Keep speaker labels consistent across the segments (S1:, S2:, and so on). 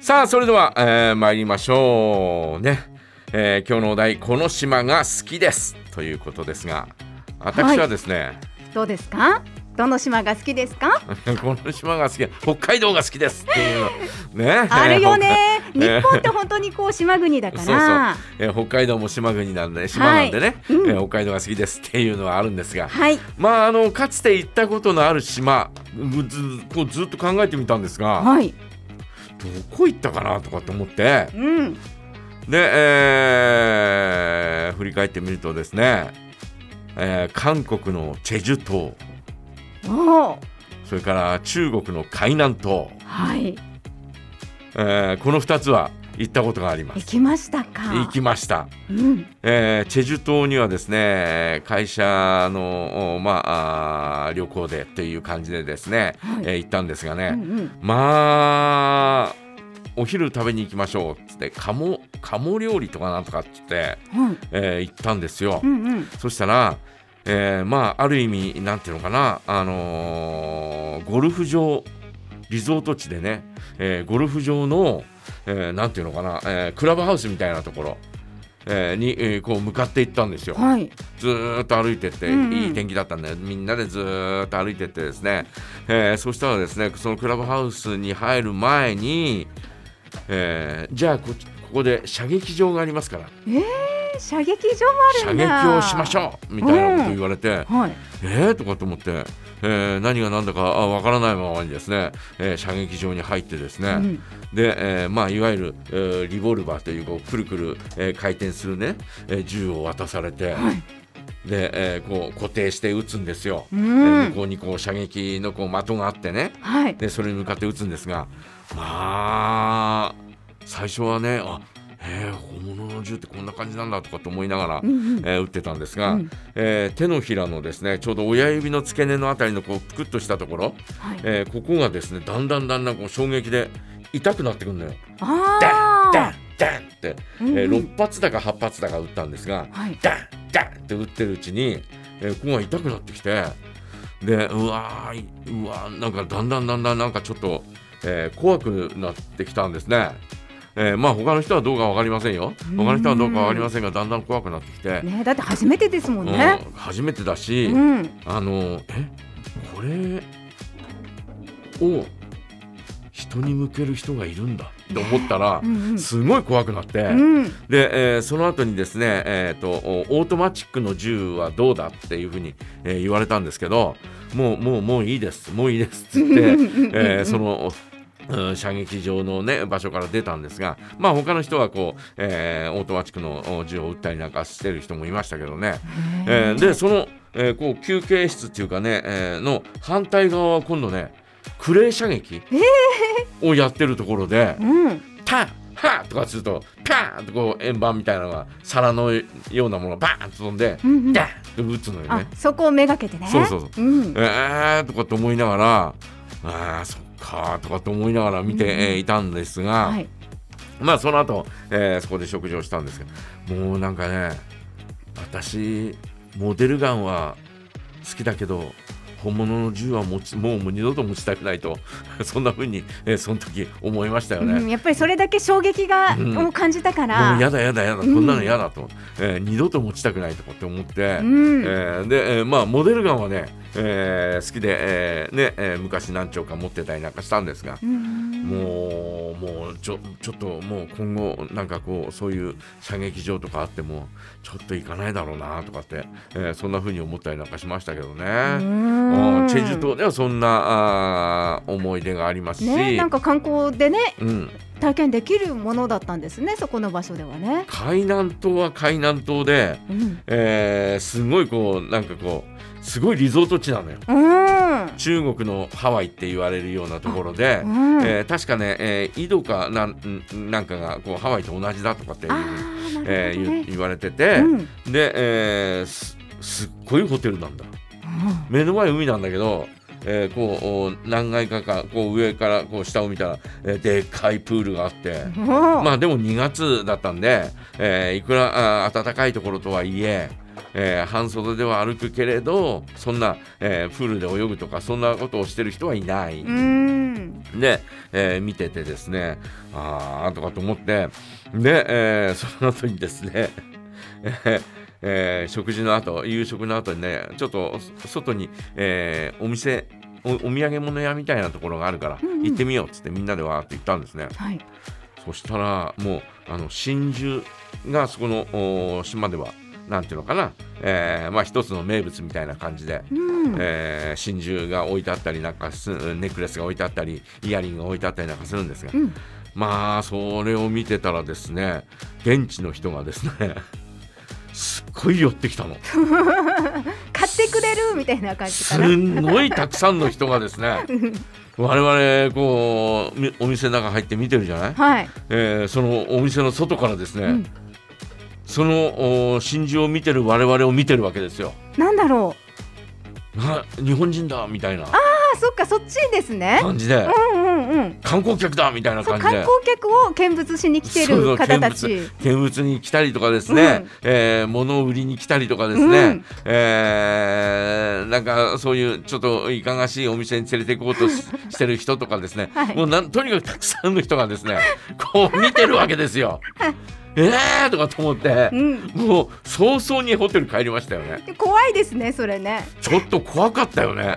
S1: さあそれでは、えー、参りましょうね、えー今日のお題「この島が好きです」ということですが私はですね、
S2: どうですかどの島が好きです か
S1: この島が好き北海道が好きですっていう のね
S2: あるよね
S1: え
S2: 日
S1: ー
S2: 本って本当にこう島国だ か
S1: そうそう
S2: ら、
S1: えー北海道も島国なんで島なんでね、
S2: うん
S1: えー北海道が好きですっていうのはあるんですが、
S2: はい
S1: まああのかつて行ったことのある島うんずこうずっと考えてみたんですが、
S2: はい
S1: どこ行ったかなとかって思って
S2: うん
S1: で、えー振り返ってみるとですね、えー韓国のチェジュ島
S2: おー
S1: それから中国の海南島、
S2: はい
S1: えーこの2つは行ったことがありま
S2: 行
S1: す。
S2: きましたか
S1: 行きました。
S2: うん
S1: えーチェジュ島にはですね会社の、おまあ、あー旅行でっていう感じでですね、
S2: はい
S1: えー行ったんですが
S2: うんう
S1: ね、
S2: ん
S1: まあお昼食べに行きましょうっつって鴨鴨料理とかなんとかっつって、
S2: はい
S1: えー行ったんですよ。
S2: うんうん
S1: そしたら、えーまあある意味なんていうのかな、あのーゴルフ場リゾート地でね、えーゴルフ場の、えーなんていうのかな、えークラブハウスみたいなところ、えーに、えーこう向かっていったんですよ。
S2: はい
S1: ずーっと歩いてって、
S2: うんうん
S1: いい天気だったんでみんなでずーっと歩いてってですね、えーそしたらですねそのクラブハウスに入る前に、えーじゃあこここで射撃場がありますから
S2: 射撃場もある
S1: 射
S2: ん
S1: 撃
S2: だ
S1: をしましょうみたいなこと言われて、
S2: うはい
S1: えー、とかと思って、えー何が何だかあわからないままにですね、えー射撃場に入ってですね、
S2: うん
S1: で、えーまあ、いわゆる、えーリボルバーというこうくるくる、えー回転するね、えー銃を渡されて、
S2: はい
S1: で、えーこう固定して撃つんですよ。
S2: う
S1: で
S2: ん
S1: 向こうにこう射撃のこう的があってね
S2: はい
S1: でそれに向かって撃つんですがまあ最初はねあえー本物の銃ってこんな感じなんだとかと思いながら
S2: う、んうん
S1: えー打ってたんですが、
S2: うん
S1: えー手のひらのですねちょうど親指の付け根のあたりのこうプクッとしたところ、
S2: はい
S1: えーここがですねだんだんだんだんこう衝撃で痛くなってくるのよ。
S2: あ
S1: ダン
S2: あ
S1: ダンって、え
S2: うんうん
S1: 6発だか8発だか打ったんですが
S2: はい
S1: ダンダンって打ってるうちに、えーここが痛くなってきてでうわーいうわーなんかだんだんだんだんなんかちょっと、えー怖くなってきたんですね。えーまあ他の人はどうか分かりませんよ他の人はどうか分かりませんがだんだん怖くなってきて、
S2: ねだって初めてですもんね
S1: うん、初めてだ
S2: う
S1: し、
S2: ん
S1: あのえこれを人に向ける人がいるんだって思ったら、
S2: うんうん
S1: すごい怖くなって、
S2: うん
S1: で、えーその後にですね、えーとおオートマチックの銃はどうだっていうふうに、えー言われたんですけどもうもうもういいですもういいですって言って、えー その。うん射撃場の、ね、場所から出たんですが、まあ、他の人はこう、えーオートマチックのお銃を撃ったりなんかしてる人もいましたけどね、えーでその、えーこう休憩室っていうかね、えーの反対側は今度ねクレー射撃をやってるところで、
S2: うん
S1: タンハーとかするとパーンとこう円盤みたいなのが皿のようなものがバーンと飛んで、
S2: うんうん
S1: ダンって打つのよ
S2: あ
S1: ね。
S2: そこをめがけてね
S1: そうそうそう
S2: うん
S1: えーとかと思いながらあーそっかーとかと思いながら見て、えーいたんですが、
S2: はい
S1: まあその後、えーそこで食事をしたんですけどもうなんかね私モデルガンは好きだけど本物の銃は持ちもう二度と持ちたくないと そんな風に、えーその時思いましたよね。
S2: うんやっぱりそれだけ衝撃が
S1: うん
S2: を感じたか
S1: も
S2: ら
S1: うやだやだやだこ
S2: うん
S1: んなのやだと、えー二度と持ちたくないとかって思って、
S2: うん
S1: えーで、えーまあモデルガンはね、えー好きで、えーねえー昔何丁か持ってたりなんかしたんですが、
S2: うん
S1: もうもうちょちょっともう今後なんかこうそういう射撃場とかあってもちょっと行かないだろうなとかって、えーそんな風に思ったりなんかしましたけどね。
S2: うん
S1: うんチェジュ島ではそんなあー思い出がありますし、
S2: ねなんか観光でね
S1: うん、
S2: 体験できるものだったんですねそこの場所ではね
S1: 海南島は海南島で。
S2: うん
S1: えーすごいこうなんかこうすごいリゾート地なのよ
S2: うん
S1: 中国のハワイって言われるようなところで、
S2: うん
S1: えー確かね、えー井戸かなんんなんかがこうハワイと同じだとかっていう
S2: あ
S1: ふうに、
S2: ーな
S1: え
S2: る
S1: ー
S2: ほど
S1: 言
S2: ね
S1: 言われてて、
S2: うん
S1: で、えーすすっごいホテルなんだ
S2: うん
S1: 目の前海なんだけど、えーこうお何階かかこう上からこう下を見たら、えーでっかいプールがあって。
S2: もう
S1: まあでも2月だったんで、えーいくらあー暖かいところとはいええー半袖では歩くけれどそんな、えープールで泳ぐとかそんなことをしてる人はいない。
S2: うーん。
S1: で、えー見ててですねああとかと思ってで、えー その後にですね、 えーえー食事の後夕食の後にねちょっとそ外に、えーお店おお土産物屋みたいなところがあるから、
S2: うんうん
S1: 行ってみようっつってみんなでわーって行ったんですね
S2: はい。
S1: そしたらもうあの真珠がそこのお島ではなんていうのかな、えーまあ一つの名物みたいな感じで、
S2: うん。
S1: えー真珠が置いてあったりなんかすネックレスが置いてあったりイヤリングが置いてあったりなんかするんですが、
S2: うん。
S1: まあそれを見てたらですね現地の人がですねすっごい寄ってきたの
S2: 買ってくれるみたいな感じ
S1: す
S2: かな。
S1: んごいたくさんの人がです ね我々こうみお店の中入って見てるじゃない、
S2: はい。
S1: えーそのお店の外からですね、
S2: うん
S1: そのお真珠を見てる我々を見てるわけですよ。
S2: なんだろう。
S1: あ日本人だみたいな
S2: あ、そっか、そっちですね。
S1: 感じで
S2: うんうんうん。
S1: 観光客だみたいな
S2: そ
S1: 感
S2: う、
S1: じ
S2: 観
S1: で
S2: 光客を見物しに来て
S1: そうそう
S2: る方たち。
S1: 見見物に来たりとかですね、
S2: うん
S1: えー物を売りに来たりとかですね、
S2: うん
S1: えーなんかそういうちょっといかがしいお店に連れて行こうとししてる人とかですね、
S2: はい
S1: もうなんとにかくたくさんの人がですね こう見てるわけです よ。えーとかと思って
S2: う、ん。
S1: もう早々にホテル帰りましたよね。
S2: 怖いですね、それね。
S1: ちょっと怖かったよね。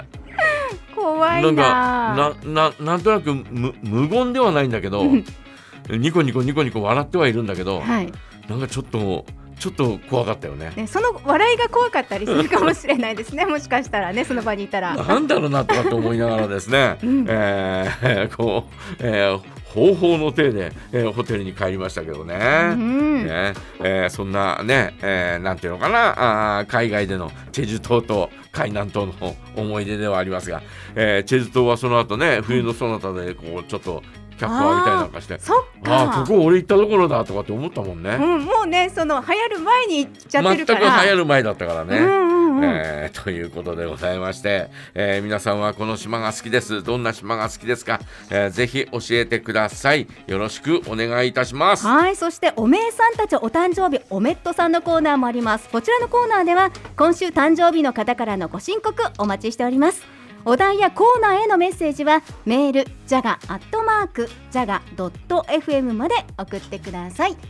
S2: 怖い
S1: ん
S2: な
S1: かなななんとなく無無言ではないんだけ ど、
S2: うん
S1: ニコニコニコニコ笑ってはいるんだけど、
S2: はい、
S1: なんかちょっとちょっと怖かったよね。
S2: ね、その笑いが怖かったりするかもしれないで すね。もしかしたらね、その場にいたら。
S1: なんだろうなとかって思いながらですね、
S2: うん
S1: えー こう、えー方法の手で、えーホテルに帰りましたけどね。
S2: うん
S1: ねえーそんなね、えーなんていうのかなあー海外でのチェジュ島と海南島の思い出ではありますが、えーチェジュ島はその後ね冬のそなたでこうちょっと脚光を浴びたりなんかして
S2: そっ
S1: あ
S2: か
S1: あーここ俺行ったところだとかって思ったもん
S2: う
S1: ね
S2: ん、もうね、その流行る前に行っちゃって
S1: 全
S2: る
S1: く
S2: か
S1: 流
S2: ら。
S1: 行る前だったからね。
S2: うんうんうん
S1: えーということでございまして、えー皆さんはこの島が好きですどんな島が好きですか、えーぜひ教えてくださいよろしくお願いいたします
S2: はい、そしておめえさんたちお誕生日おめっとさんのコーナーもあります。こちらのコーナーでは今週誕生日の方からのご申告お待ちしております。お題やコーナーへのメッセージはメールジャガアットマークジャガ .fm まで送ってください。